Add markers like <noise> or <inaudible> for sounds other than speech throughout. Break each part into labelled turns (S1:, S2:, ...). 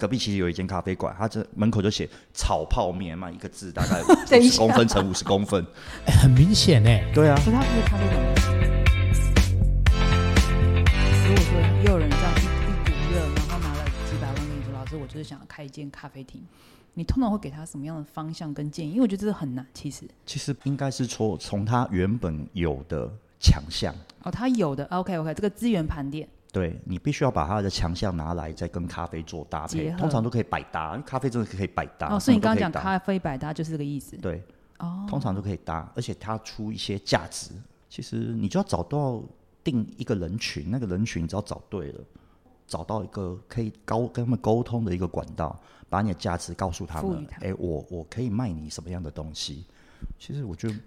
S1: 隔壁其实有一间咖啡馆，它这门口就写“炒泡面”嘛，一个字大
S2: <laughs>
S1: 概
S2: 等
S1: 五十
S2: 一下
S1: 公分乘五十公分。
S3: 哎很明显哎、
S1: 对啊，
S2: 不是他不是咖啡馆。如果说又有人这样一一股热，然后拿了几百万跟你说：“老师，我就是想要开一间咖啡厅。”你通常会给他什么样的方向跟建议？因为我觉得这是很难，其实。
S1: 其实应该是说从它原本有的强项，
S2: 哦，他有的，OK OK，这个资源盘点，
S1: 对你必须要把它的强项拿来再跟咖啡做搭配
S2: 结，合
S1: 通常都可以百搭，因为咖啡真的可以百搭。
S2: 哦，所以你
S1: 什
S2: 刚
S1: 么都
S2: 刚
S1: 可
S2: 讲
S1: 搭
S2: 咖啡百搭就是这个意思。
S1: 对，
S2: 哦，
S1: 通常都可以搭，而且它出一些价值。其实你就要找到定一个人群，那个人群只要找对了，找到一个可以高跟他们沟通的一个管道，把你的价值告诉他
S2: 赋予
S1: 们。
S2: 他
S1: 哎、我我可以卖你什么样的东西？其实我觉得
S3: 你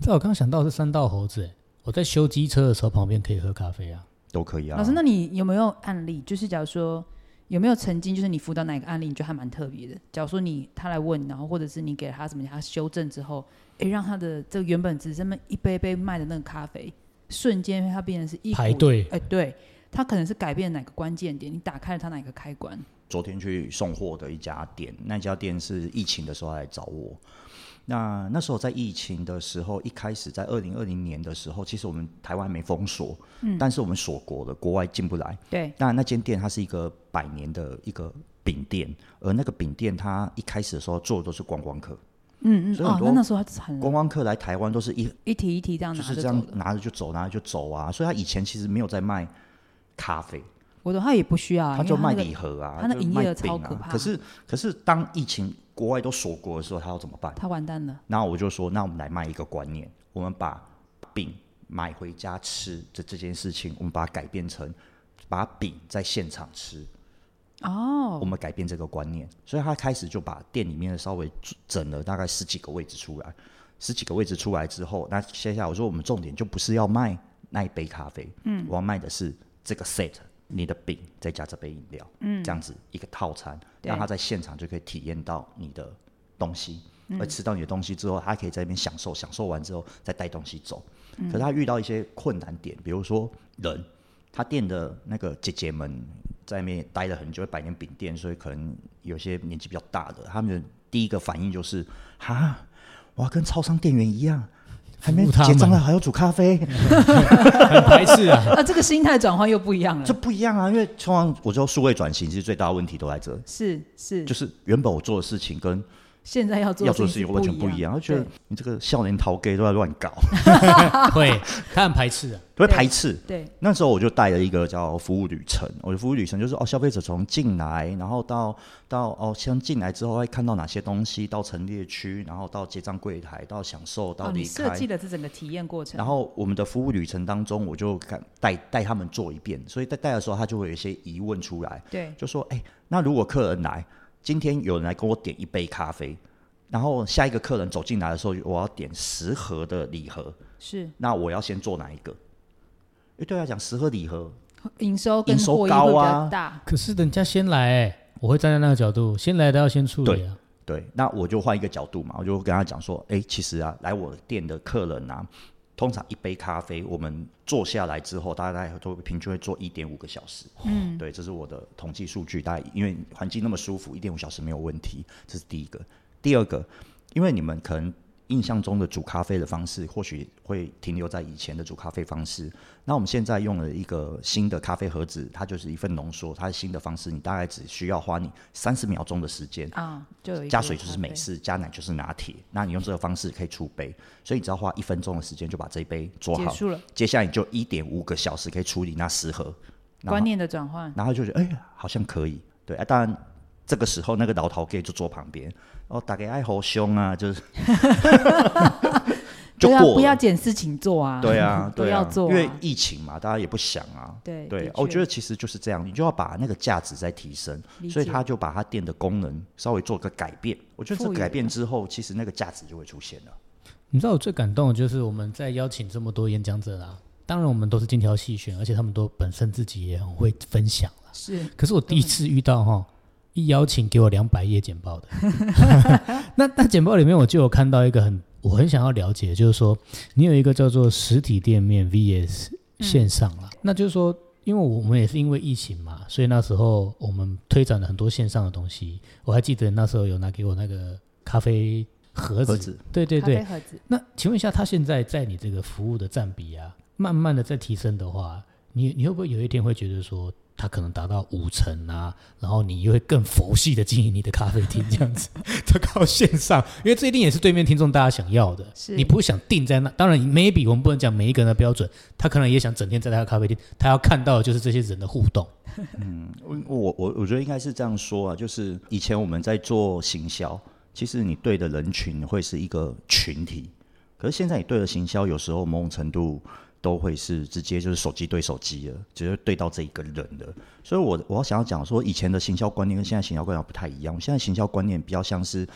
S3: 知道我刚想到是三道猴子、哎我在修机车的时候旁边可以喝咖啡啊。
S1: 都可以啊。
S2: 老师，那你有没有案例？就是假如说有没有曾经，就是你辅导哪一个案例，你觉得还蛮特别的？假如说你他来问，然后或者是你给他什么，他修正之后，诶，让他的这个原本只是那么一杯杯卖的那个咖啡，瞬间他变成是一股
S3: 排队
S2: 哎、对。他可能是改变哪个关键点，你打开了他哪个开关，
S1: 昨天去送货的一家店，那家店是疫情的时候来找我。那那时候在疫情的时候，一开始在二零二零年的时候，其实我们台湾没封锁，
S2: 嗯
S1: 但是我们锁国了，国外进不来。
S2: 对，
S1: 那那间店它是一个百年的一个饼店，而那个饼店它一开始的时候做的都是观光客，
S2: 嗯嗯，
S1: 所以
S2: 哦
S1: 很，多
S2: 那那时候他惨了
S1: 观，光客来台湾都是一
S2: 一题一题这样
S1: 就
S2: 哦拿
S1: 是
S2: 着
S1: 这
S2: 走
S1: 样
S2: 的。
S1: 拿着就走，拿着就走啊，所以他以前其实没有在卖咖啡，
S2: 我说他也不需要啊，
S1: 他就
S2: 因为
S1: 卖
S2: 那个
S1: 礼盒啊，
S2: 他那
S1: 就
S2: 营业
S1: 卖
S2: 额超
S1: 饼
S2: 可
S1: 啊
S2: 怕。
S1: 可是可是当疫情国外都锁国的时候，他要怎么办？
S2: 他完蛋了，
S1: 然后我就说，那我们来卖一个观念，我们把饼买回家吃的这件事情，我们把它改变成把饼在现场吃。
S2: 哦
S1: 我，们改变这个观念，所以他开始就把店里面的稍微整了大概十几个位置出来，十几个位置出来之后，那接下来我说我们重点就不是要卖那一杯咖啡，嗯，我要卖的是这个 set，你的饼再加这杯饮料，嗯，这样子一个套餐，
S2: 对
S1: 让他在现场就可以体验到你的东西，而吃到你的东西之后，他可以在那边享受，享受完之后再带东西走。可是他遇到一些困难点，比如说人，他店的那个姐姐们在那边也待了很久，百年饼店，所以可能有些年纪比较大的，他们的第一个反应就是：哈，我要跟超商店员一样，还没
S3: 服务他们
S1: 结账啊了还要煮咖啡，
S3: 很排斥啊。 <laughs>
S2: 那这个心态转换又不一样了
S1: 这，不一样啊！因为通常我知道数位转型其实最大的问题都在这，
S2: 是是，
S1: 就是原本我做的事情跟
S2: 现在要做
S1: 要做的事
S2: 事
S1: 情完全不
S2: 一
S1: 一样，他觉得你这个少年逃 gay 都在乱搞，
S3: 会，他很排斥啊。
S1: 都会排斥。
S2: 对对
S1: 那时候我就带了一个叫服务旅程，我的服务旅程就是哦，消费者从进来，然后到到哦，先进来之后会看到哪些东西，到陈列区，然后到结账柜台，到享受，到
S2: 哦，
S1: 离
S2: 你
S1: 开。
S2: 设计的这整个体验过程，
S1: 然后我们的服务旅程当中，我就看带带他们做一遍，所以在带的时候，他就会有一些疑问出来，
S2: 对
S1: 就说：“哎，那如果客人来，今天有人来跟我点一杯咖啡，然后下一个客人走进来的时候，我要点十盒的礼盒，
S2: 是
S1: 那我要先做哪一个？”因为对他讲，十盒礼盒
S2: 营收跟
S1: 营收
S2: 获益会比
S1: 高啊
S2: 较大，
S3: 可是人家先来、哎，我会站在那个角度，先来的要先处理啊。
S1: 对，那我就换一个角度嘛，我就跟他讲说，哎，其实啊，来我店的客人啊，通常一杯咖啡，我们坐下来之后，大概都平均会坐一点五个小时。嗯，对，这是我的统计数据，大概因为环境那么舒服，一点五小时没有问题，这是第一个。第二个，因为你们可能印象中的煮咖啡的方式，或许会停留在以前的煮咖啡方式。那我们现在用了一个新的咖啡盒子，它就是一份浓缩，它是新的方式，你大概只需要花你三十秒钟的时间。
S2: 啊，就有一个
S1: 加水就是
S2: 咖啡
S1: 美，式，加奶就是拿铁。那你用这个方式可以出杯，所以你只要花一分钟的时间就把这一杯做
S2: 结
S1: 好。
S2: 束了
S1: 接下来你就一点五个小时可以处理那十盒，然
S2: 观
S1: 后
S2: 念的转换，
S1: 然后就觉得哎、好像可以。对，啊、当然这个时候那个老头 gay 就坐旁边，哦，打给爱好凶啊，就是 <laughs>
S2: <laughs>
S1: 就过
S2: 不要啊不要
S1: 了。
S2: 捡事情做啊，
S1: <laughs> 对
S2: <laughs>
S1: 啊，
S2: 都
S1: 对啊
S2: 要做啊，
S1: 因为疫情嘛，大家也不想啊。
S2: 对
S1: 对
S2: 的，
S1: 我
S2: 确
S1: 觉得其实就是这样，你就要把那个价值再提升，
S2: 理
S1: 所以
S2: 解
S1: 他就把他店的功能稍微做个改变。我觉得这
S2: 赋予
S1: 改变之后，其实那个价值就会出现了。
S3: 你知道我最感动的就是我们在邀请这么多演讲者啦，当然我们都是精挑细选，而且他们都本身自己也很会分享啦。
S2: 是
S3: 可是我第一次遇到哈，一邀请给我两百页简报的， <laughs> 那那简报里面我就有看到一个很我很想要了解，
S2: 嗯
S3: 就是说你有一个叫做实体店面 VS 线上啦，那就是说。因为我们也是因为疫情嘛，所以那时候我们推展了很多线上的东西。我还记得那时候有拿给我那个咖啡盒子，
S1: 盒子
S3: 对对
S2: 咖
S3: 对
S2: 啡。盒子，
S3: 那请问一下，它现在在你这个服务的占比啊，慢慢的在提升的话，你你会不会有一天会觉得说，它可能达到五成啊，然后你又会更佛系的经营你的咖啡厅这样子， <laughs> 都靠线上，因为这一定也是对面听众大家想要的，
S2: 是
S3: 你不会想定在那。当然，maybe 我们不能讲每一个人的标准，他可能也想整天在他的咖啡厅，他要看到的就是这些人的互动。
S1: 我我我觉得应该是这样说啊，就是以前我们在做行销，其实你对的人群会是一个群体，可是现在你对的行销，有时候某种程度都会是直接就是手机对手机了，直接对到这一个人了。所以我我想要讲说，以前的行销观念跟现在行销观念不太一样。我现在行销观念比较像是。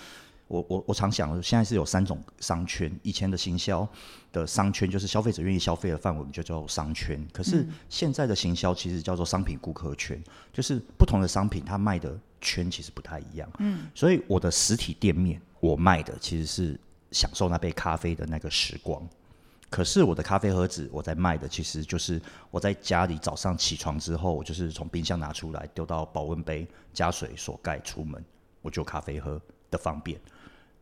S1: 我我我常想，现在是有三种商圈。以前的行销的商圈就是消费者愿意消费的范围，我们就叫做商圈。可是现在的行销其实叫做商品顾客圈，就是不同的商品它卖的圈其实不太一样。嗯，所以我的实体店面我卖的其实是享受那杯咖啡的那个时光。可是我的咖啡盒子，我在卖的其实就是我在家里早上起床之后，我就是从冰箱拿出来，丢到保温杯，加水所盖，出门我就有咖啡喝的方便。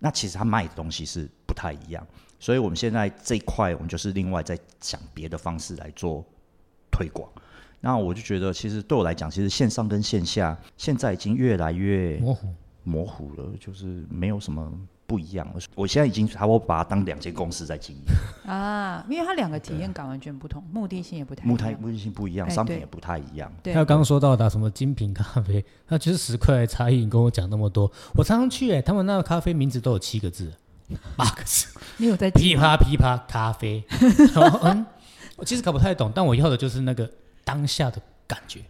S1: 那其实他卖的东西是不太一样，所以我们现在这一块，我们就是另外在想别的方式来做推广。那我就觉得，其实对我来讲，其实线上跟线下现在已经越来越
S3: 模糊，
S1: 模糊了，就是没有什么不一样了。我现在已经差不多把它当两间公司在经营，
S2: <laughs> 啊，因为它两个体验感完全不同，目的性也不太一
S1: 目态
S2: 样。
S1: 目的性不一样，
S2: 哎
S1: 商品
S2: 对
S1: 也不太一样。
S2: 对
S3: 还有刚刚说到的什么精品咖啡，那就是十块的差异，你跟我讲那么多，我常常去哎、他们那个咖啡名字都有七个字，八个字。
S2: 你有在
S3: 噼
S2: 记吗？
S3: 啪噼啪咖啡。然后嗯，我其实搞不太懂，但我要的就是那个当下的感觉。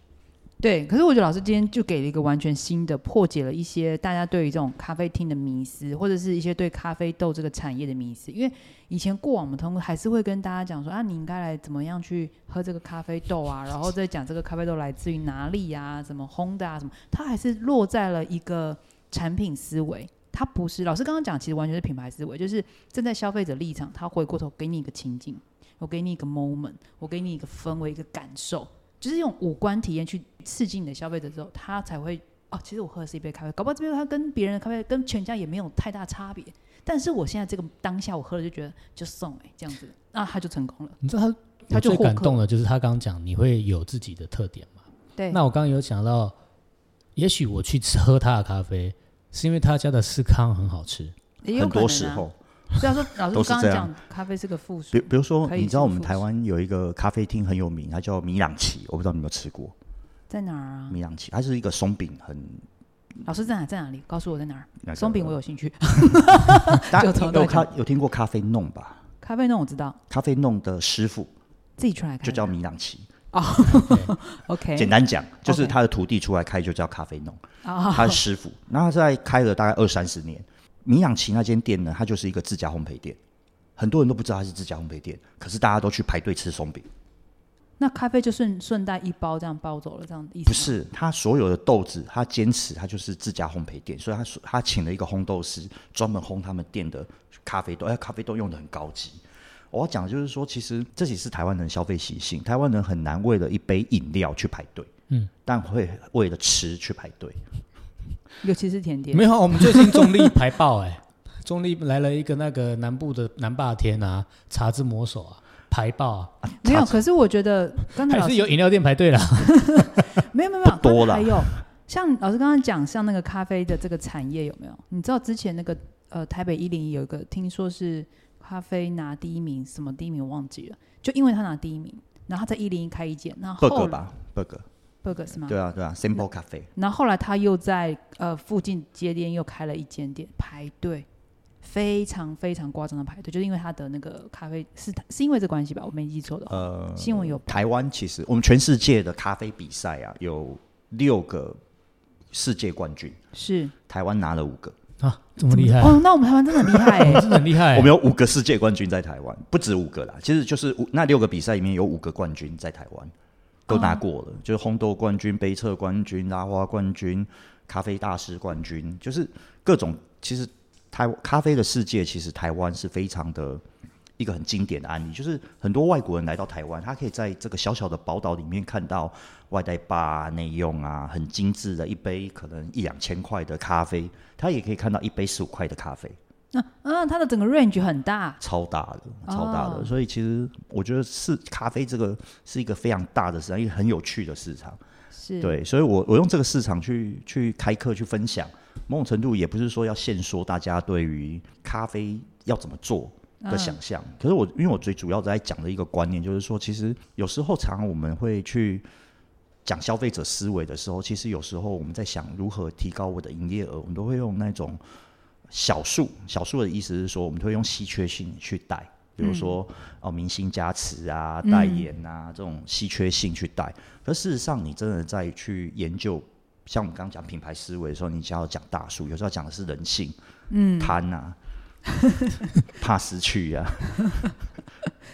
S2: 对，可是我觉得老师今天就给了一个完全新的，破解了一些大家对于这种咖啡厅的迷思，或者是一些对咖啡豆这个产业的迷思。因为以前过往我们通还是会跟大家讲说啊，你应该来怎么样去喝这个咖啡豆啊，然后再讲这个咖啡豆来自于哪里啊，怎么烘的啊，什么，它还是落在了一个产品思维。它不是老师刚刚讲，其实完全是品牌思维，就是站在消费者立场，他回过头给你一个情境，我给你一个 moment，我给你一个氛围，一个感受，就是用五官体验去刺激你的消费者之后，他才会哦，其实我喝的是一杯咖啡，搞不好这杯它跟别人的咖啡跟全家也没有太大差别，但是我现在这个当下我喝了就觉得就送哎、这样子，那他就成功了。
S3: 你知道他，
S2: 他
S3: 我
S2: 就
S3: 最
S2: 获
S3: 感
S2: 客
S3: 动的就是他刚刚讲，你会有自己的特点嘛？
S2: 对
S3: 那我刚刚有想到，也许我去吃喝他的咖啡，是因为他家的司康很好吃。
S2: 也有
S1: 很
S2: 可
S1: 多
S2: 能
S1: 时
S2: 啊
S1: 候，
S2: 虽然说老师
S1: 都是
S2: 刚刚
S1: 这样
S2: 讲咖啡是个附属
S1: 比，比如说，
S2: 可以
S1: 你知道我们
S2: 重复
S1: 台湾有一个咖啡厅很有名，它叫米朗奇，我不知道你有没有吃过
S2: 在哪儿啊？
S1: 米朗奇，它是一个松饼很。
S2: 老师在哪？在哪里？告诉我在哪儿？
S1: 那个
S2: 松饼我有兴趣，
S1: <laughs> 大家
S2: 就从
S1: 有
S2: 那
S1: 咖
S2: 讲
S1: 有听过咖啡弄吧？
S2: <laughs> 咖啡那我知道，
S1: 咖啡弄的师傅
S2: 自己出来看。
S1: 就叫米朗奇。
S2: OK
S1: 简单讲，就是
S2: 哎 OK
S1: 他的徒弟出来开就叫咖啡弄，
S2: 啊，
S1: 他的师傅。那他在开了大概二三十年，米养奇那间店呢，它就是一个自家烘焙店，很多人都不知道它是自家烘焙店，可是大家都去排队吃松饼。
S2: 那咖啡就顺顺带一包这样包走了，这样的意思吗？
S1: 不是，他所有的豆子，他坚持他就是自家烘焙店，所以他所他请了一个烘豆师，专门烘他们店的咖啡豆，哎，咖啡豆用的很高级。我要讲的就是说，其实这也是台湾人消费习性，台湾人很难为了一杯饮料去排队，嗯，但会为了吃去排队。
S2: 尤其是甜点
S3: 没。有啊，我们最近中立排爆哎、
S2: <laughs>
S3: 中立来了一个那个南部的南霸天啊，茶之魔手啊，排爆、啊，
S2: 没有，
S1: 差
S2: 可是我觉得刚才
S3: 还
S2: 哦老
S3: 是
S2: 师
S3: 有饮料店排队啦。
S2: 没有没有没有，
S1: 不多啦
S2: 刚才还有像老师刚刚讲，像那个咖啡的这个产业有没有？你知道之前那个呃台北一零一有一个，听说是咖啡拿第一名，什么第一名我忘记了，就因为他拿第一名，然后他在一零一开一间，那后
S1: bug 吧，bug，
S2: ，Burger 是吗？
S1: 对啊对啊，Simple 咖啡，
S2: 然后后来他又在呃附近街店又开了一间店，排队非常非常夸张的排队，就是因为他的那个咖啡是他是因为这关系吧？我没记错的话，
S1: 呃，
S2: 新闻有报
S1: 台湾其实我们全世界的咖啡比赛啊，有六个世界冠军，
S2: 是
S1: 台湾拿了五个。
S3: 啊，这么厉害，
S2: 哦，那我们台湾真的很厉害哎、
S3: 真的很厉害、
S1: 我们有五个世界冠军在台湾，不止五个啦，其实就是五那六个比赛里面有五个冠军在台湾都拿过了，
S3: 哦
S1: 就是烘豆冠军、杯测冠军、拉花冠军、咖啡大师冠军，就是各种其实台咖啡的世界，其实台湾是非常的一个很经典的案例，就是很多外国人来到台湾，他可以在这个小小的宝岛里面看到外带吧、内用啊，很精致的一杯可能一两千块的咖啡，他也可以看到一杯十五块的咖啡，
S2: <laughs> 那啊，它的整个 range 很大，
S1: 超大的，超大的。
S2: 哦
S1: 所以其实我觉得是咖啡这个是一个非常大的市场，一个很有趣的市场。
S2: 是，
S1: 对，所以我我用这个市场去去开课去分享，某种程度也不是说要限缩大家对于咖啡要怎么做的想象。可是我因为我最主要在讲的一个观念就是说，其实有时候常常我们会去讲消费者思维的时候，其实有时候我们在想如何提高我的营业额，我们都会用那种小数。小数的意思是说，我们都会用稀缺性去带。比如说，
S2: 嗯
S1: 哦，明星加持啊、代言啊、这种稀缺性去带，可事实上，你真的在去研究，像我们刚刚讲品牌思维的时候，你只要讲大数，有时候讲的是人性，嗯，贪
S2: <laughs>
S1: 啊，怕失去啊，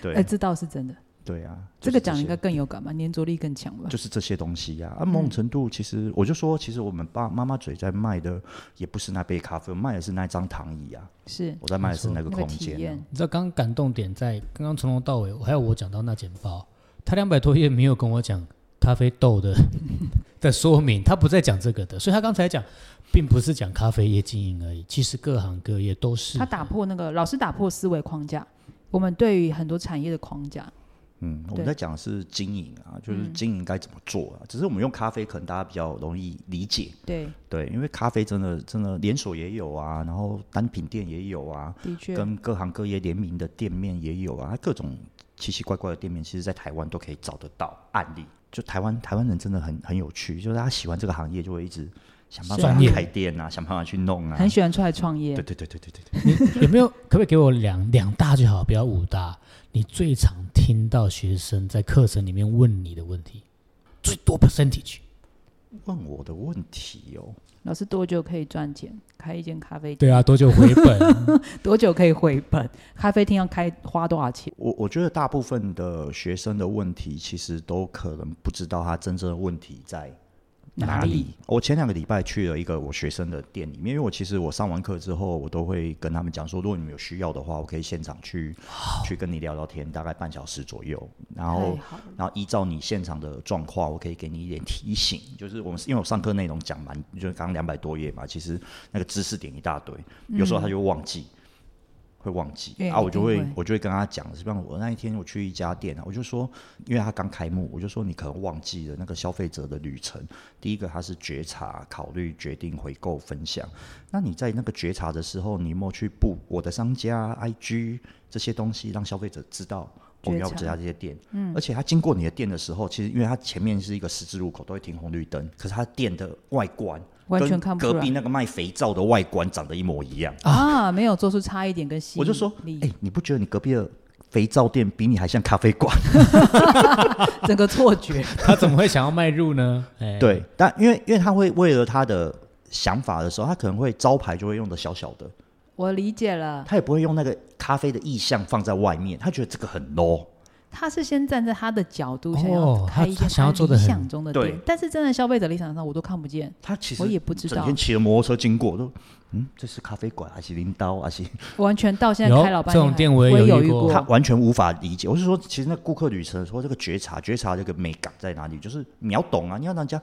S1: 对、
S2: 哎，这倒是真的。
S1: 对啊，
S2: 这
S1: 就是
S2: 个讲
S1: 些
S2: 应该更有感吧，粘着力更强吧？嗯
S1: 就是这些东西呀、啊。某种程度，其实我就说，其实我们爸妈妈嘴在卖的也不是那杯咖啡，我卖的是那张躺椅啊，
S2: 是
S1: 我在卖的是那个
S2: 那个
S1: 空
S2: 体
S1: 间啊、
S2: 验，
S3: 你知道刚刚感动点在刚刚从头到尾，还有我讲到那简报，他两百多页没有跟我讲咖啡豆的 <laughs> 的说明，他不再讲这个的，所以他刚才讲，并不是讲咖啡业经营而已，其实各行各业都是
S2: 他打破那个老师打破思维框架，我们对于很多产业的框架，
S1: 嗯，我
S2: 对
S1: 们
S2: 嗯
S1: 在讲的是经营啊，就是经营该怎么做啊。只是我们用咖啡，可能大家比较容易理解。
S2: 对，
S1: 对，因为咖啡真的真的连锁也有啊，然后单品店也有啊，
S2: 的确，
S1: 跟各行各业联名的店面也有啊，各种奇奇怪怪的店面，其实在台湾都可以找得到案例。就台湾台湾人真的很很有趣，就是他喜欢这个行业，就会一直想办
S3: 专业
S1: 法开店啊，想办法去弄啊。
S2: 很喜欢出来创业
S1: 对，对对对对对对，
S3: 有没有？可不可以给我两两大就好，不要五大？你最常听到学生在课程里面问你的问题，最多 percentage。
S1: 问我的问题哦，
S2: 老师多久可以赚钱？开一间咖啡店，
S3: 对啊，多久回 <laughs> 本？
S2: 多久可以回本？咖啡厅要开花多少钱？
S1: 我我觉得大部分的学生的问题，其实都可能不知道他真正的问题在
S2: 哪里？
S1: 我前两个礼拜去了一个我学生的店里面，因为我其实我上完课之后，我都会跟他们讲说，如果你们有需要的话，我可以现场去去跟你聊聊天，大概半小时左右。然后
S2: 太好了，
S1: 然后依照你现场的状况，我可以给你一点提醒。就是我们因为我上课内容讲蛮，就是刚刚两百多页嘛，其实那个知识点一大堆，有时候他就忘记。会忘记
S2: 嗯对
S1: 啊，我就
S2: 一
S1: 会
S2: 定会
S1: 我就会跟他讲，是不然我那一天我去一家店啊，我就说，因为他刚开幕，我就说你可能忘记了那个消费者的旅程。第一个他是觉察、考虑、决定、回购、分享。那你在那个觉察的时候，你有没有去布我的商家、IG 这些东西，让消费者知道我
S2: 觉
S1: 要
S2: 察
S1: 这家这些店？嗯，而且他经过你的店的时候，其实因为他前面是一个十字路口，都会停红绿灯，可是他店的外观
S2: 完全
S1: 跟
S2: 看不出
S1: 隔
S2: 来
S1: 壁那个卖肥皂的外观长得一模一样。
S2: 啊，没有做出差一点跟吸
S1: 我就说，
S2: 引
S1: 哎、
S2: 力，
S1: 你不觉得你隔壁的肥皂店比你还像咖啡馆？
S2: 整个错觉， <laughs>
S3: 他怎么会想要迈入呢？哎，
S1: 对，但因为因为他会为了他的想法的时候，他可能会招牌就会用的小小的，
S2: 我理解了。
S1: 他也不会用那个咖啡的意象放在外面，他觉得这个很 low。
S2: 他是先站在他的角度
S3: 哦
S2: 想要开一
S3: 他
S2: 间
S3: 他想要
S2: 他
S3: 做得
S2: 理
S3: 很
S2: 想中的
S1: 对
S2: 店，但是站在消费者立场上，我都看不见，
S1: 他其实
S2: 我也不知
S1: 整
S2: 道
S1: 天，骑着摩托车经过，都嗯，这是咖啡馆还是镰刀还是？
S2: 我完全到现在
S3: 有
S2: 开老半
S3: 这种
S2: 年还
S3: 店我也
S2: 也
S3: 有
S2: 有
S3: 遇过
S1: 他完全无法理解。我是说，其实那顾客旅程说这个觉察，觉察这个美感在哪里？就是你要懂啊，你要让人家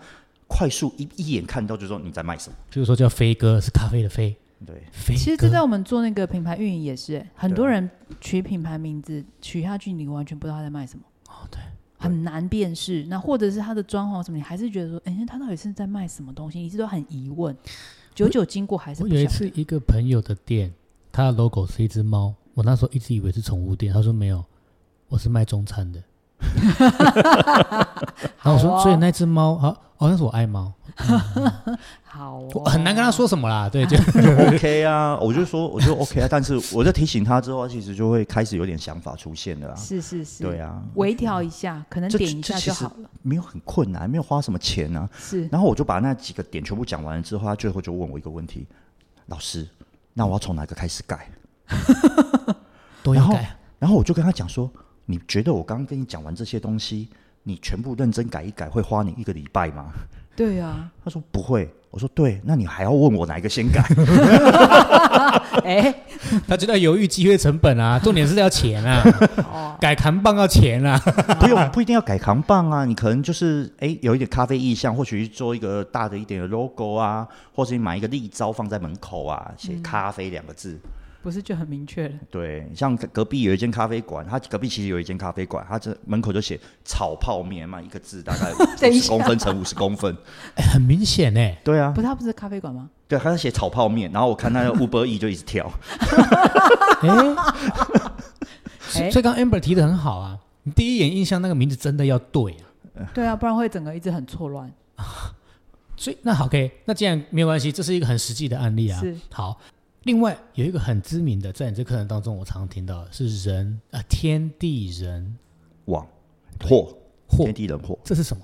S1: 快速一一眼看到，就说你在卖什么。
S3: 譬如说叫飞哥，是咖啡的飞，
S1: 对， <laughs>
S3: 飞
S2: 其实这在
S3: 哥。
S2: 我们做那个品牌运营也是、很
S1: 对啊
S2: 多人取品牌名字取下去，你完全不知道他在卖什么。哦，
S3: 对。
S2: 很难辨识，那或者是他的装潢什么，你还是觉得说，哎、他到底是在卖什么东西？你一直都很疑问，久久经过还是
S3: 我
S2: 不
S3: 有一
S2: 想。
S3: 次一个朋友的店，他的 logo 是一只猫，我那时候一直以为是宠物店，他说没有，我是卖
S2: <laughs>
S3: 中餐的。然后我
S2: 好
S3: 说，
S2: 哦
S3: 所以那只猫，好，哦，那是我爱猫，
S2: 好、哦，
S3: 我很难跟他说什么啦，对，就
S1: OK 啊，我就说我就 OK 啊，但是我在提醒他之后，他其实就会开始有点想法出现了啊。
S2: 是是是，
S1: 对啊，
S2: 微调一下，可能
S1: 这
S2: 点一
S1: 这
S2: 下
S1: 其
S2: 就
S1: 实
S2: 好了。
S1: 没有很困难，没有花什么钱啊。
S2: 是，
S1: 然后我就把那几个点全部讲完了之后，他最后就问我一个问题：老师，那我要从哪个开始改？
S3: 都
S1: 然
S3: 要
S1: 后
S3: 改。
S1: 然后我就跟他讲说：你觉得我刚刚跟你讲完这些东西，你全部认真改一改，会花你一个礼拜吗？
S2: 对啊，
S1: 他说不会。我说对，那你还要问我哪一个先改？ <laughs>
S2: <laughs> 哎，
S3: 他就在犹豫机会成
S2: <laughs>
S3: 本啊，重点是要钱啊，
S2: 哦，
S3: 改扛棒要钱啊，
S1: 不用不一定要改扛棒啊，你可能就是哎、有一点咖啡意向，或许做一个大的一点的 logo 啊，或者你买一个立招放在门口啊，写咖啡两个字。
S2: 不是就很明确了？
S1: 对，像隔隔壁有一间咖啡馆，它隔壁其实有一间咖啡馆，它这门口就写炒泡面嘛，一个字大概
S2: 等一
S1: 五十
S2: 下
S1: 公分乘五十公分。
S3: 哎很明显呢、
S1: 对啊
S2: 不，是，他不是咖啡馆吗？
S1: 对，它写炒泡面，然后我看 <laughs> 那个 Uber E 就一直跳。
S3: <laughs> 哎、
S2: 哎
S3: 所所以刚刚 Amber 提的很好啊，你第一眼印象那个名字真的要对啊。
S2: 对啊，不然会整个一直很错乱。
S3: 所以那好，OK，那既然没有关系，这是一个很实际的案例啊
S2: 是。
S3: 好，另外有一个很知名的，在你这课程当中我常听到的是人啊、呃天地人
S1: 网货，
S3: 祸
S1: 天，地人祸。
S3: 这是什么？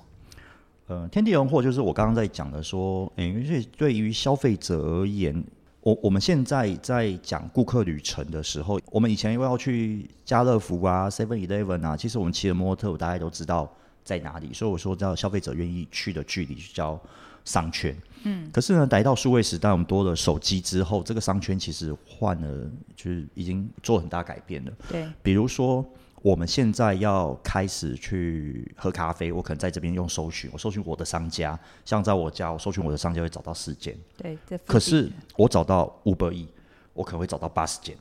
S1: 呃，天地人祸就是我刚刚在讲的说，诶，因为对于消费者而言，我我们现在在讲顾客旅程的时候，我们以前要去家乐福啊、Seven Eleven 啊，其实我们骑着摩托车，我大家都知道在哪里，所以我说叫消费者愿意去的距离叫商圈。嗯，可是呢，来到数位时代，我们多了手机之后，这个商圈其实换了，就是已经做很大改变了。
S2: 对，
S1: 比如说，我们现在要开始去喝咖啡，我可能在这边用搜寻，我搜寻我的商家，像在我家，我搜寻我的商家会找到四间，
S2: 对，这附
S1: 可
S2: 近
S1: 是我找到五百亿，我可能会找到八十间。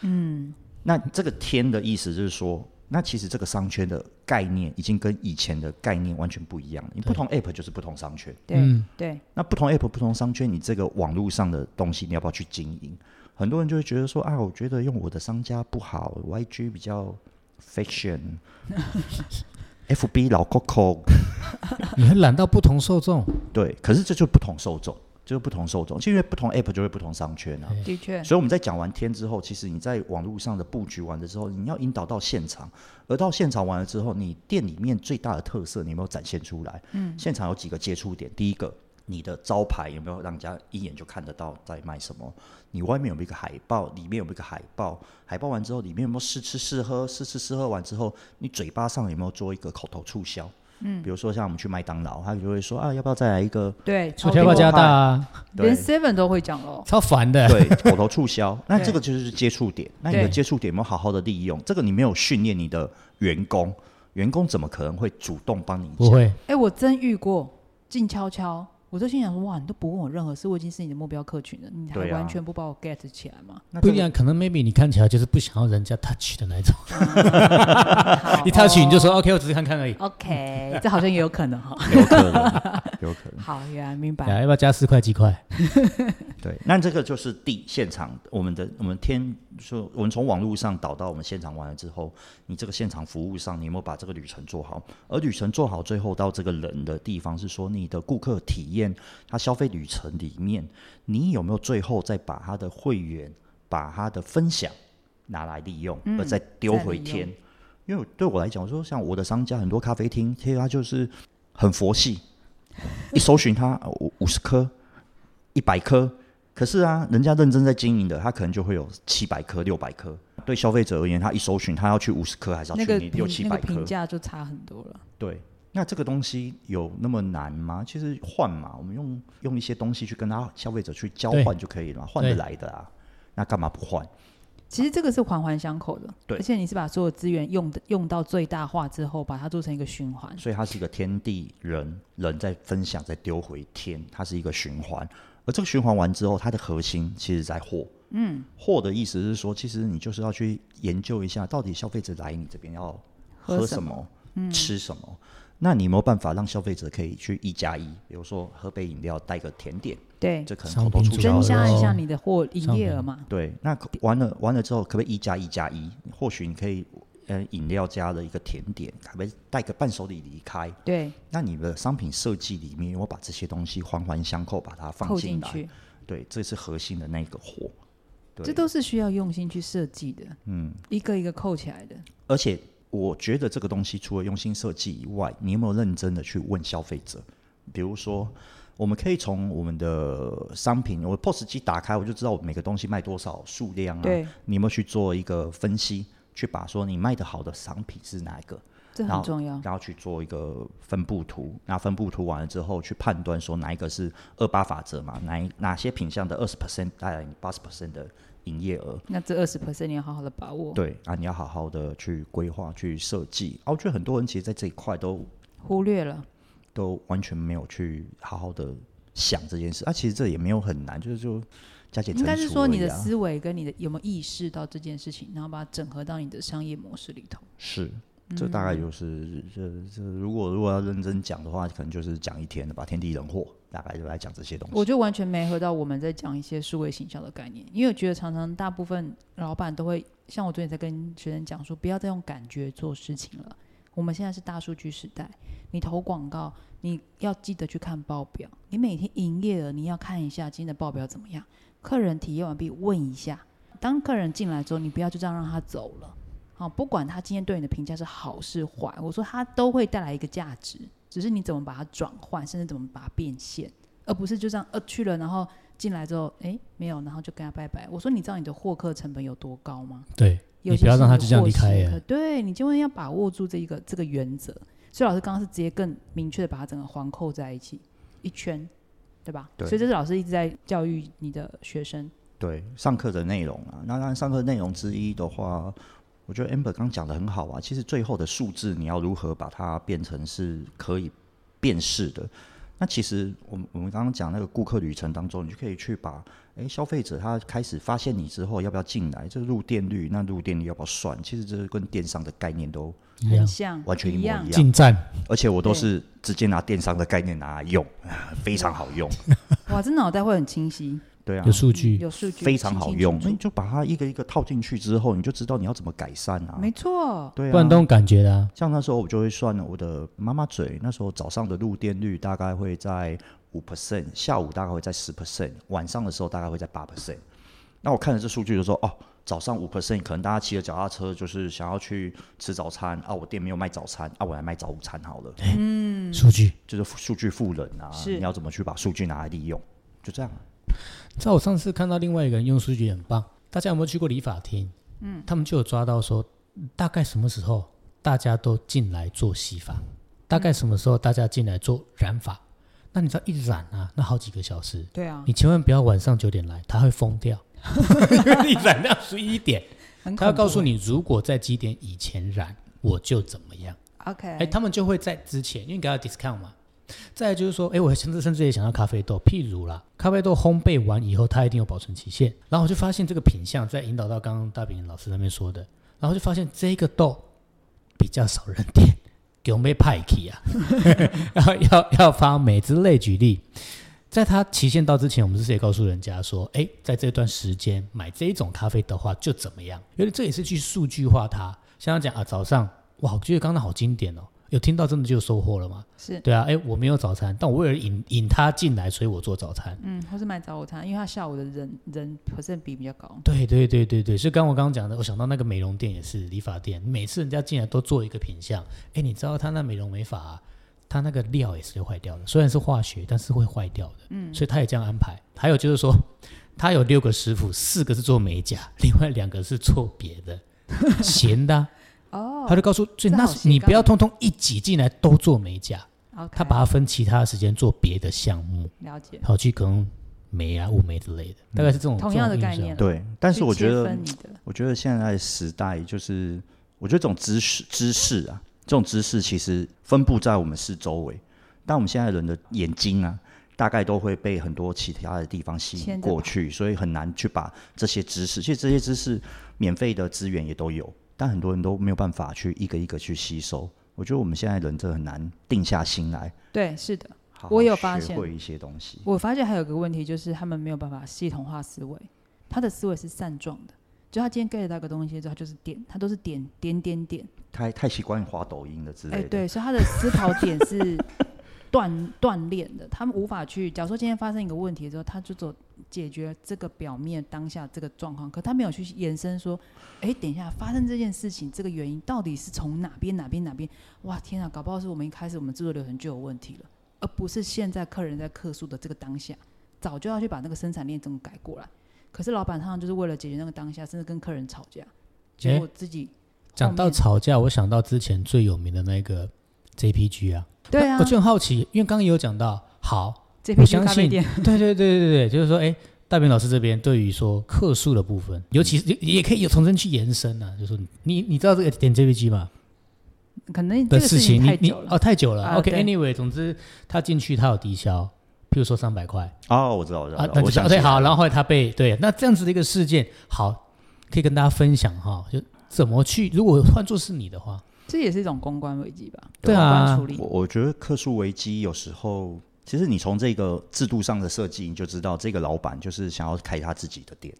S1: 嗯，那这个“天”的意思就是说，那其实这个商圈的概念已经跟以前的概念完全不一样了。你不同 App 就是不同商圈。
S2: 对、
S3: 嗯
S2: 对，
S1: 那不同 app、不同商圈，你这个网络上的东西，你要不要去经营？很多人就会觉得说啊，我觉得用我的商家不好，YG 比较 <laughs> fashion，FB 老 Coco，
S3: 你很懒到不同受 <laughs> 众，
S1: 对，可是这就是不同受众，就是不同受众，因为不同 app 就会不同商圈啊。
S2: 的确，
S1: 所以我们在讲完天之后，其实你在网络上的布局完了之后，你要引导到现场，而到现场完了之后，你店里面最大的特色你有没有展现出来？嗯，现场有几个接触点，第一个。你的招牌有没有让人家一眼就看得到在卖什么？你外面有没有一个海报？里面有没有一个海报？海报完之后，里面有没有试吃试喝？试吃试喝完之后，你嘴巴上有没有做一个口头促销？嗯，比如说像我们去麦当劳，他就会说啊，要不要再来一个
S2: 对，
S3: 薯
S2: 超
S3: 条
S1: 包
S2: 多
S3: 要
S1: 加
S3: 加
S1: 大
S3: 大啊，
S1: 对
S2: 连 Seven 都会讲哦喽。
S3: 超烦 <laughs> 的。
S1: 对，口头促销，那这个就是接触点。那你的
S2: 对
S1: 接触点有没有好好的利用？这个你没有训练你的员工，员工怎么可能会主动帮你
S3: 不
S1: 讲？
S3: 会，
S2: 哎、我真遇过，静悄悄，我就心想说，哇，你都不问我任何事，我已经是你的目标客群了，你还
S1: 对啊
S2: 完全不把我 get 起来 <laughs> 吗？
S1: 那
S3: 不
S1: 这
S3: 一
S1: 个
S3: 样，可能 maybe 你看起来就是不想要人家 touch 的那一种，
S2: 嗯好
S3: 一 touch 你就说 OK，我只是看看而已。
S2: OK，这好像也有可能哈。
S1: 有可能，有可能。
S2: 好，原来明白。
S3: 来，要不要加四块几块？
S1: 对，那这个就是地现场，我们的我们天说，我们从网络上导到我们现场完了之后，你这个现场服务上，你有没有把这个旅程做好？而旅程做好，最后到这个人的地方，是说你的顾客体验，他消费旅程里面，你有没有最后再把他的会员，把他的分享拿来利用，而再丢
S2: 嗯再利
S1: 回
S2: 用
S1: 天？因为对我来讲，我说像我的商家很多咖啡厅，其实它就是很佛系，一搜寻它五五十颗、一百颗，可是啊，人家认真在经营的，他可能就会有七百颗、六百颗。对消费者而言，他一搜寻，他要去五十颗，还是要
S2: 那个
S1: 去你
S2: 评
S1: 六七
S2: 那
S1: 百
S2: 个
S1: 颗？
S2: 评价就差很多了。
S1: 对，那这个东西有那么难吗？其实换嘛，我们用用一些东西去跟他消费者去交
S3: 对
S1: 换就可以了嘛，换得来的啊。那干嘛不换？
S2: 其实这个是环环相扣的，
S1: 对
S2: 而且你是把所有资源用的用到最大化之后，把它做成一个循环。
S1: 所以它是一个天地人，人在分享，再丢回天，它是一个循环。而这个循环完之后，它的核心其实在货。嗯，货的意思是说，其实你就是要去研究一下，到底消费者来你这边要
S2: 喝
S1: 喝
S2: 什
S1: 什么，嗯吃什么。那你有没有办法让消费者可以去一加一？比如说喝杯饮料，带个甜点，
S2: 对，
S1: 这可能
S3: 商
S1: 口头
S3: 品
S1: 促
S3: 主
S1: 销
S2: 增
S1: 的
S3: 销
S2: 加一下
S3: 哦
S2: 你的货营业额嘛。
S1: 对，那可完了完了之后，可不可以一加一加一？或许你可以，呃，饮料加了一个甜点，可不可以带个伴手礼离开？
S2: 对，
S1: 那你的商品设计里面，我把这些东西环环相扣，把它放
S2: 扣
S1: 进
S2: 进
S1: 来。
S2: 去，
S1: 对，这是核心的那个货。对
S2: 这都是需要用心去设计的。嗯，一个一个扣起来的。
S1: 而且我觉得这个东西除了用心设计以外，你有没有认真的去问消费者？比如说，我们可以从我们的商品，我 POS 机打开，我就知道我每个东西卖多少数量啊。
S2: 对，
S1: 你有没有去做一个分析，去把说你卖的好的商品是哪一个？
S2: 这
S1: 然
S2: 很
S1: 后
S2: 重要。
S1: 然后去做一个分布图，那分布图完了之后，去判断说哪一个是二八法则嘛，哪一哪些品项的二十 percent 带来你八十 percent 的营业额，
S2: 那这二十 percent 你要好好的把握，
S1: 对啊，你要好好的去规划、去设计。啊，我觉得很多人其实在这一块都
S2: 忽略了。
S1: 都完全没有去好好的想这件事，啊，其实这也没有很难，就是就加减乘除、
S2: 应
S1: 而
S2: 该是说你的
S1: 已啊
S2: 思维跟你的有没有意识到这件事情，然后把它整合到你的商业模式里头。
S1: 是，
S2: 嗯
S1: 这大概就是这这，如果如果要认真讲的话，可能就是讲一天的吧，天地人祸，大概就来讲这些东
S2: 我
S1: 西。
S2: 就完全没合到我们在讲一些数位行销的概念，因为我觉得常常大部分老板都会，像我昨天在跟学生讲说，不要再用感觉做事情了。我们现在是大数据时代，你投广告，你要记得去看报表，你每天营业额你要看一下今天的报表怎么样，客人体验完毕问一下。当客人进来之后，你不要就这样让他走了，好，不管他今天对你的评价是好是坏，我说他都会带来一个价值，只是你怎么把它转换，甚至怎么把它变现。而不是就这样呃去了，然后进来之后，哎，没有，然后就跟他拜拜。我说你知道你的获客成本有多高吗？
S3: 对，
S2: 有
S3: 你
S2: 些
S3: 不要让他
S2: 是
S3: 就这样
S2: 获
S3: 离开
S2: 取
S3: 耶
S2: 的对你就会要把握住这一个这个原则。所以老师刚刚是直接更明确的把它整个环扣在一起一圈，对吧？
S1: 对
S2: 所以这是老师一直在教育你的学生。
S1: 对，上课的内容啊，那当然上课内容之一的话，我觉得 Amber 刚讲的很好啊。其实最后的数字你要如何把它变成是可以辨识的？那其实我们我们刚刚讲那个顾客旅程当中，你就可以去把诶消费者他开始发现你之后要不要进来，这个入店率，那入店率要不要算？其实这跟电商的概念都
S3: 一
S2: 很
S3: 样
S2: 像，
S1: 完全一模
S2: 样
S1: 一。样。
S3: 进站
S1: 而且我都是直接拿电商的概念拿来用， <laughs> 非常好用。
S2: 哇，这脑袋会很清晰，
S1: 对啊
S3: 有，数据，
S2: 有数据，
S1: 非常好用。
S2: 清
S1: 那
S2: 清
S1: 你
S2: 楚
S1: 就把它一个一个套进去之后，你就知道你要怎么改善
S2: 楚
S1: 啊。
S2: 没错，
S1: 对
S3: 不然都
S1: 啊。
S3: 用感觉的啊。
S1: 像那时候我就会算我的妈妈嘴，那时候早上的入店率大概会在五 percent，下午大概会在十 percent，晚上的时候大概会在八 percent。那我看了这数据就说，哦，早上五 percent 可能大家骑着脚踏车就是想要去吃早餐啊，我店没有卖早餐啊，我来卖早午餐好了。
S2: 嗯
S3: 数据
S1: 就是数据富人啊，
S2: 是
S1: 你要怎么去把数据拿来利用？就这样啊，
S3: 在我上次看到另外一个人用数据很棒，大家有没有去过理发厅？嗯，他们就有抓到说，大概什么时候大家都进来做洗发，大概什么时候大家进来做染发。那你知道一染啊，那好几个小时，
S2: 对啊，
S3: 你千万不要晚上九点来，他会
S2: <laughs>
S3: 疯掉， <laughs> 因为你染到十一点，
S2: 很
S3: 他要
S2: 恐怖
S3: 告诉你，如果在几点以前染，我就怎么样。哎、
S2: ，OK，
S3: 他们就会在之前，因为给他 discount 嘛。再来就是说，哎，我甚至甚至也想到咖啡豆，譬如啦，咖啡豆烘焙完以后，它一定有保存期限。然后我就发现这个品相在引导到刚刚大饼老师那边说的，然后就发现这个豆比较少人点，给我们被派去啊，然后要要发霉之类。举例，在它期限到之前，我们是也告诉人家说，哎，在这段时间买这种咖啡的话就怎么样？因为这也是去数据化它。像他讲啊，早上哇，我觉得刚刚好经典哦，有听到真的就有收获了吗？
S2: 是，
S3: 对啊，哎，我没有早餐，但我为了引引他进来，所以我做早餐。
S2: 嗯，或是买早午餐，因为他下午的人人 percent 比比较高，
S3: 对对对对对，所以刚刚我刚刚讲的，我想到那个美容店也是理发店，每次人家进来都做一个品相，哎，你知道他那美容美发、啊，他那个料也是会坏掉的，虽然是化学，但是会坏掉的，嗯，所以他也这样安排。还有就是说， <laughs> 他有六个师傅，四个是做美甲， <laughs> 另外两个是做
S2: <laughs>
S3: 别的，闲的啊、
S2: 哦
S3: 他就告诉，所以
S2: 这好
S3: 那时
S2: 斜
S3: 你
S2: 杠
S3: 不要通通一挤进来都做美甲，
S2: ，OK，
S3: 他把它分其他的时间做别的项目，
S2: 了解，
S3: 跑去跟煤啊、雾煤之类的，大概是这种
S2: 嗯同样的
S3: 这种
S2: 概念了
S3: 印象
S1: 对。但是
S2: 去
S1: 我
S2: 切
S1: 觉得
S2: 分，你的
S1: 我觉得现在的时代就是，我觉得这种知识知识啊，这种知识其实分布在我们四周围，但我们现在人的眼睛啊，大概都会被很多其他的地方吸
S2: 牵
S1: 引
S2: 着
S1: 过去，所以很难去把这些知识，其实这些知识免费的资源也都有，但很多人都没有办法去一个一个去吸收。我觉得我们现在人真的很难定下心来，
S2: 对，是的，
S1: 好好
S2: 我有发
S1: 学
S2: 现
S1: 会一些东西。
S2: 我发现还有个问题就是他们没有办法系统化思维，他的思维是散状的，就他今天 get 到一个东西之后，他就是点，他都是点点点点，
S1: 太太习惯滑抖音了之类
S2: 哎，
S1: 的。
S2: 对，所以他的思考点
S3: <laughs>
S2: 是断断裂的，他们无法去，假如说今天发生一个问题之后，他就走解决这个表面当下这个状况，可他没有去延伸说，哎，等一下发生这件事情这个原因到底是从哪边哪边哪边，哇，天啊，搞不好是我们一开始我们制作流程就有问题了，而不是现在客人在客诉的这个当下，早就要去把那个生产链整个改过来，可是老板常常就是为了解决那个当下，甚至跟客人吵架，结
S3: 诶
S2: 果自己
S3: 讲到吵架，我想到之前最有名的那个 JPG 啊，
S2: 对啊
S3: 我，就很好奇，因为刚刚也有讲到，好， <laughs>
S2: 这
S3: 我
S2: 边去
S3: 相
S2: 咖啡
S3: 信，对
S2: 店，
S3: 对对对对对，就是说，哎，大兵老师这边对于说客诉的部分，尤其是
S2: 嗯
S3: 也也可以有从这去延伸啊，就是说你你你知道这个点 JPG 吗？
S2: 可能这
S3: 的
S2: 个事
S3: 情，
S2: 情太
S3: 你你
S2: 久了
S3: 哦。太久了。
S2: 啊对
S3: OK，anyway，、总之他进去他有低消，譬如说三百块
S1: 哦，我知道，我知道，
S3: 啊
S1: 我，知道
S3: 那
S1: 我
S3: 就
S1: 想
S3: 对
S1: 起来
S3: 好，
S1: 了
S3: 然后后来他被对，那这样子的一个事件，好，可以跟大家分享哈，就怎么去，如果换作是你的话，
S2: 这也是一种公关危机吧？
S3: 对
S2: 公关
S3: 啊
S2: 处理
S1: 我我觉得客诉危机有时候，其实你从这个制度上的设计，你就知道这个老板就是想要开他自己的店。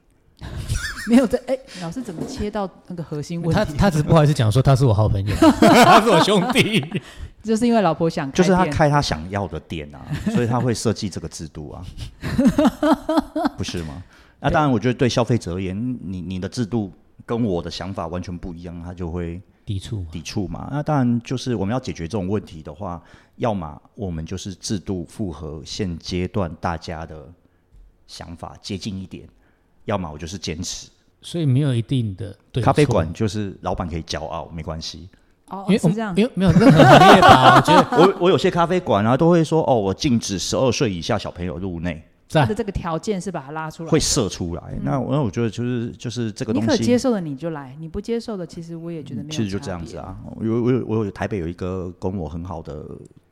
S2: 没有在哎，老师怎么切到那个核心问
S3: 他
S2: 题？
S3: 他只不好意思讲说他是我好朋友，
S1: <laughs>
S3: 他是我兄弟，
S2: 就是因为老婆想开
S1: 就是他
S2: 店
S1: 开他想要的店啊，所以他会设计这个制度啊，不是吗？那、当然，我觉得对消费者而言，你你的制度跟我的想法完全不一样，他就会
S3: 抵触嘛。
S1: 抵触嘛。那当然，就是我们要解决这种问题的话，要么我们就是制度符合现阶段大家的想法接近一点，要么我就是坚持。
S3: 所以没有一定的对
S1: 咖啡
S3: 错
S1: 馆，就是老板可以骄傲，没关
S2: <laughs>
S1: 系。
S2: 哦
S3: 因为我
S2: 是这样
S3: 因为没有任何行业吧，我觉得
S1: 我我有些咖啡馆啊，都会说哦，我禁止十二岁以下小朋友入内，
S2: 他
S3: 在
S2: 的这个条件是把它拉出来
S1: 会。射出来。那我那我觉得就是就是这个
S2: 嗯你
S1: 东
S2: 可接
S1: 西，
S2: 受的你就来，你不接受的，其实我也觉得没有。
S1: 其实就这样子。啊。我有我有我有台北有一个跟我很好的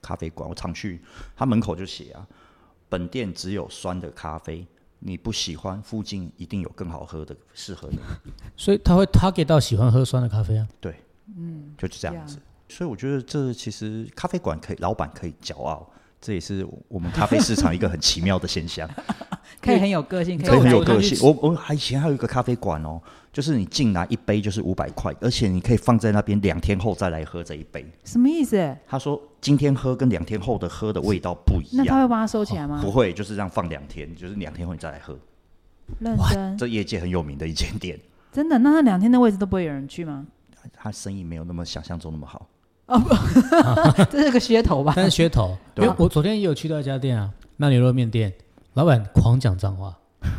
S1: 咖啡馆，我常去，他门口就写啊，本店只有酸的咖啡。你不喜欢，附近一定有更好喝的，适合你，
S3: 所以他会 target 到喜欢喝酸的咖啡啊。
S2: 嗯
S1: 就是这样子
S2: 对。啊
S1: 所以我觉得这其实咖啡馆可以，老板可以骄傲，这也是我们咖啡市场一个很奇妙的现象。
S2: 可以很有个性，可
S1: 真嗯
S2: 以
S1: 的很有
S2: 来
S1: 个性。我我还以前还有一个咖啡馆哦，就是你进来一杯就是五百块，而且你可以放在那边两天后再来喝这一杯。
S2: 什么意思？
S1: 他说今天喝跟两天后的喝的味道不一
S2: 那他
S1: 样，
S2: 会帮他收起来吗
S1: 不？会就是让放两天，就是两天后你再来喝。
S2: 认真，
S1: 这业界很有名的一间店，
S2: 真的？那他两天的位置都不会有人去
S3: <laughs>
S2: 吗？
S1: 他生意没有那么想象中那么好。
S2: 这是个噱头吧？
S3: <laughs> 但是噱头，因
S1: 对
S3: 为我昨天也有去到一家店啊，那牛肉面店，老板狂讲脏 <laughs> 话，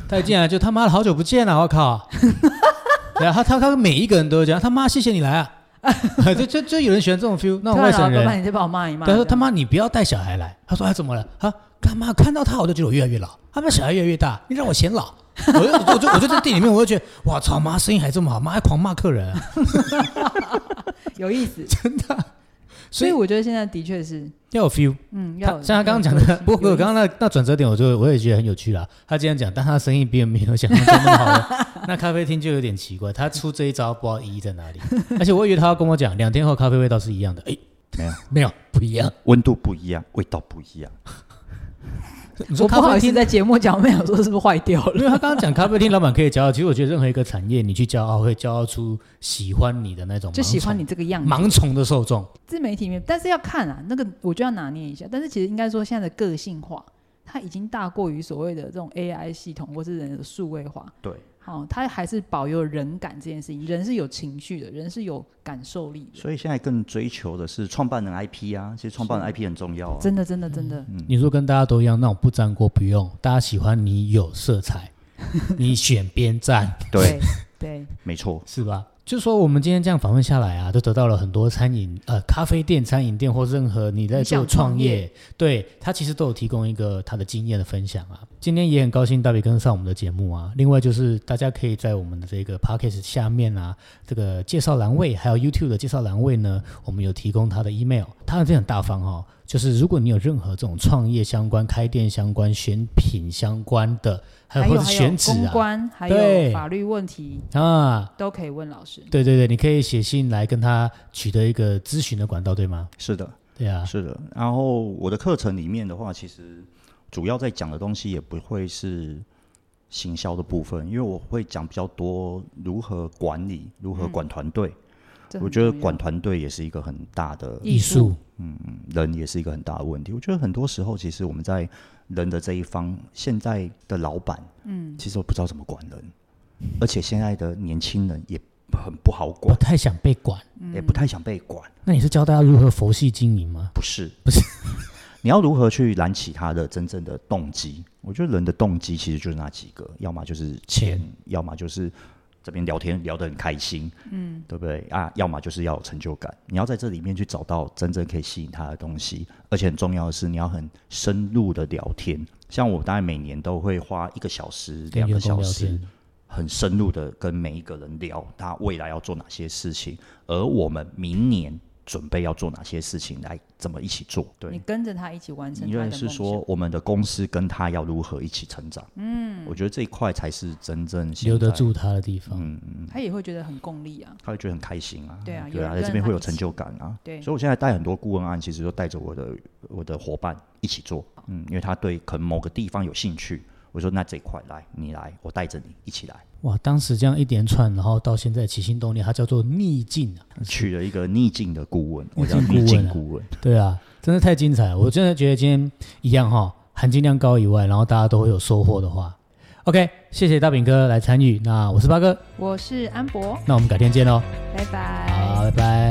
S3: 他一进来就他妈的好久不见了，我靠！ <laughs> 对啊，他他他每一个人都讲他妈谢谢你来啊， <laughs> 就就就有人喜欢这种 feel，那种
S2: 对
S3: 外
S2: 啊，
S3: 省
S2: 老板，
S3: 人，
S2: 你再帮我骂一骂。啊
S3: 他说他妈你不要带小孩来，他说他哎怎么了？他干嘛看到他我就觉得我越来越老，他妈小孩越来越大，你让我显老。 <laughs> 我就我就我就在店里面，我就觉得哇操妈生意还这么好，妈还狂骂客人啊、
S2: 有意思。
S3: <laughs> 真的啊。
S2: 所
S3: 所
S2: 以
S3: 以
S2: 我觉得现在的确是，
S3: 要有 feel，
S2: 嗯，
S3: 他
S2: 要有
S3: 像他刚刚讲
S2: 要
S3: 的
S2: 有，
S3: <laughs> 不过
S2: 有
S3: 我刚刚那那转折点，我就我也觉得很有趣啦。他今天讲，但他生意并没有想象中那么好了
S2: <laughs>
S3: 那咖啡厅就有点奇怪，他出这一招不知道意义在哪里。而且我以为他要跟我讲，两天后咖啡味道是一样的，哎，
S1: <laughs> 没有，
S3: <laughs> 没有不一
S2: <laughs>
S3: 样。
S1: 温度不一样，味道不一样。
S3: 你
S2: 我
S3: 说
S2: 不
S3: 咖
S2: 好
S3: 啡
S2: 意思
S3: 厅，
S2: 在节目讲，我们想说是不是坏掉了？
S3: 因为他刚刚讲咖啡厅老板可以骄傲，其实我觉得任何一个产业，你去骄傲会骄傲出喜欢你的那种盲
S2: <laughs>
S3: 从，
S2: 就喜欢你这个样子，
S3: 盲从的受众。
S2: 自媒体里面，但是要看啊，那个我就要拿捏一下。但是其实应该说，现在的个性化，它已经大过于所谓的这种 AI 系统或是人的数位化。
S1: 对，
S2: 好、它还是保有人感这件事情，人是有情绪的，人是有感受力的。
S1: 所以现在更追求的是创办人 IP 啊，其实创办人 IP 很重要啊。
S2: 真的，真的，真的，
S3: 你说跟大家都一样，那种不粘锅不用，大家喜欢你有色
S2: <laughs>
S3: 彩，你选边站。
S1: 对，
S2: 对，
S1: 没错。
S3: 是吧？就说我们今天这样访问下来啊，都得到了很多餐饮呃咖啡店、餐饮店或任何你在
S2: 你
S3: 做
S2: 想
S3: 创
S2: 创
S3: 业，
S2: 业
S3: 对他其实都有提供一个他的经验的分享啊。今天也很高兴大伟跟上我们的节目啊。另外就是大家可以在我们的这个 podcast 下面啊，这个介绍栏位还有 YouTube 的介绍栏位呢，我们有提供他的 email，他这很大方哦。就是如果你有任何这种创业相关、开店相关、选品相关的，还
S2: <laughs>
S3: 有
S2: 还
S3: 或
S2: 有
S3: 者
S2: 还有
S3: 选址
S2: 公
S3: 啊
S2: 关，还
S3: 对
S2: 有法律问题
S3: 啊，
S2: 都可以问老师。
S3: 对对对，你可以写信来跟他取得一个咨询的管道，对吗？
S1: 是的，
S3: 对啊，
S1: 是的，然后我的课程里面的话，其实主要在讲的东西也不会是行销的部分，因为我会讲比较多如何管理、如何管团队。
S2: 这
S1: 我
S2: 嗯很
S1: 觉得
S2: 重要
S1: 管团队也是一个很大的
S2: 艺术，
S1: 人也是一个很大的问题。我觉得很多时候，其实我们在人的这一方，现在的老板，嗯，其实我不知道怎么管人，而且现在的年轻人也很不好
S3: 不
S1: 管，
S3: 太想被管。
S2: 嗯
S1: 也不太想被管。
S3: 那你是教大家如何佛系经营吗？
S1: 不是，
S3: 不是，
S1: <laughs> 你要如何去燃起他的真正的动机？我觉得人的动机其实就是那几个，要么就是钱，
S3: 钱
S1: 要么就是这边聊天聊得很开心，嗯，对不对啊？要么就是要有成就感，你要在这里面去找到真正可以吸引他的东西，而且很重要的是，你要很深入的聊天。像我大概每年都会花一个小时、
S3: 跟
S1: 两
S3: 员
S1: 个小
S3: 工聊
S1: 时，
S3: 天，
S1: 很深入的跟每一个人聊他未来要做哪些事情，而我们明年准备要做哪些事情，来怎么一起做？对，
S2: 你跟着他一起完成
S1: 因
S2: 他的
S1: 为
S2: 梦
S1: 是
S2: 想。
S1: 说我们的公司跟他要如何一起成长。嗯，我觉得这一块才是真正现
S3: 留得
S1: 在，
S3: 住他的地
S1: 嗯
S3: 方。
S2: 他也会觉得很共利啊。
S1: 他会觉得很开心啊。
S2: 对啊
S1: 对
S2: 有
S1: 啊，
S2: 人
S1: 在这
S2: 跟
S1: 边
S2: 他
S1: 会
S2: 一
S1: 有成
S2: 起
S1: 就感啊。
S2: 对
S1: 所以我现在带很多顾问案，其实都带着我的我的伙伴一起做。嗯，因为他对可能某个地方有兴趣，我说那这一块来，你来，我带着你一起来。
S3: 哇，当时这样一连串，然后到现在起心动念，它叫做逆境啊！
S1: 取了一个逆境的顾问，我
S3: 逆
S1: 叫
S3: 境
S1: 逆
S3: 顾问
S1: 境
S3: 啊
S1: 顾问。
S3: 对啊，真的太精彩了！我真的觉得今天一样哈、含金量高以外，然后大家都会有收获的话，OK，谢谢大饼哥来参与。那我是八哥，
S2: 我是安博，
S3: 那我们改天见喽，哦
S2: 拜拜。
S3: 好，拜拜。
S1: 啊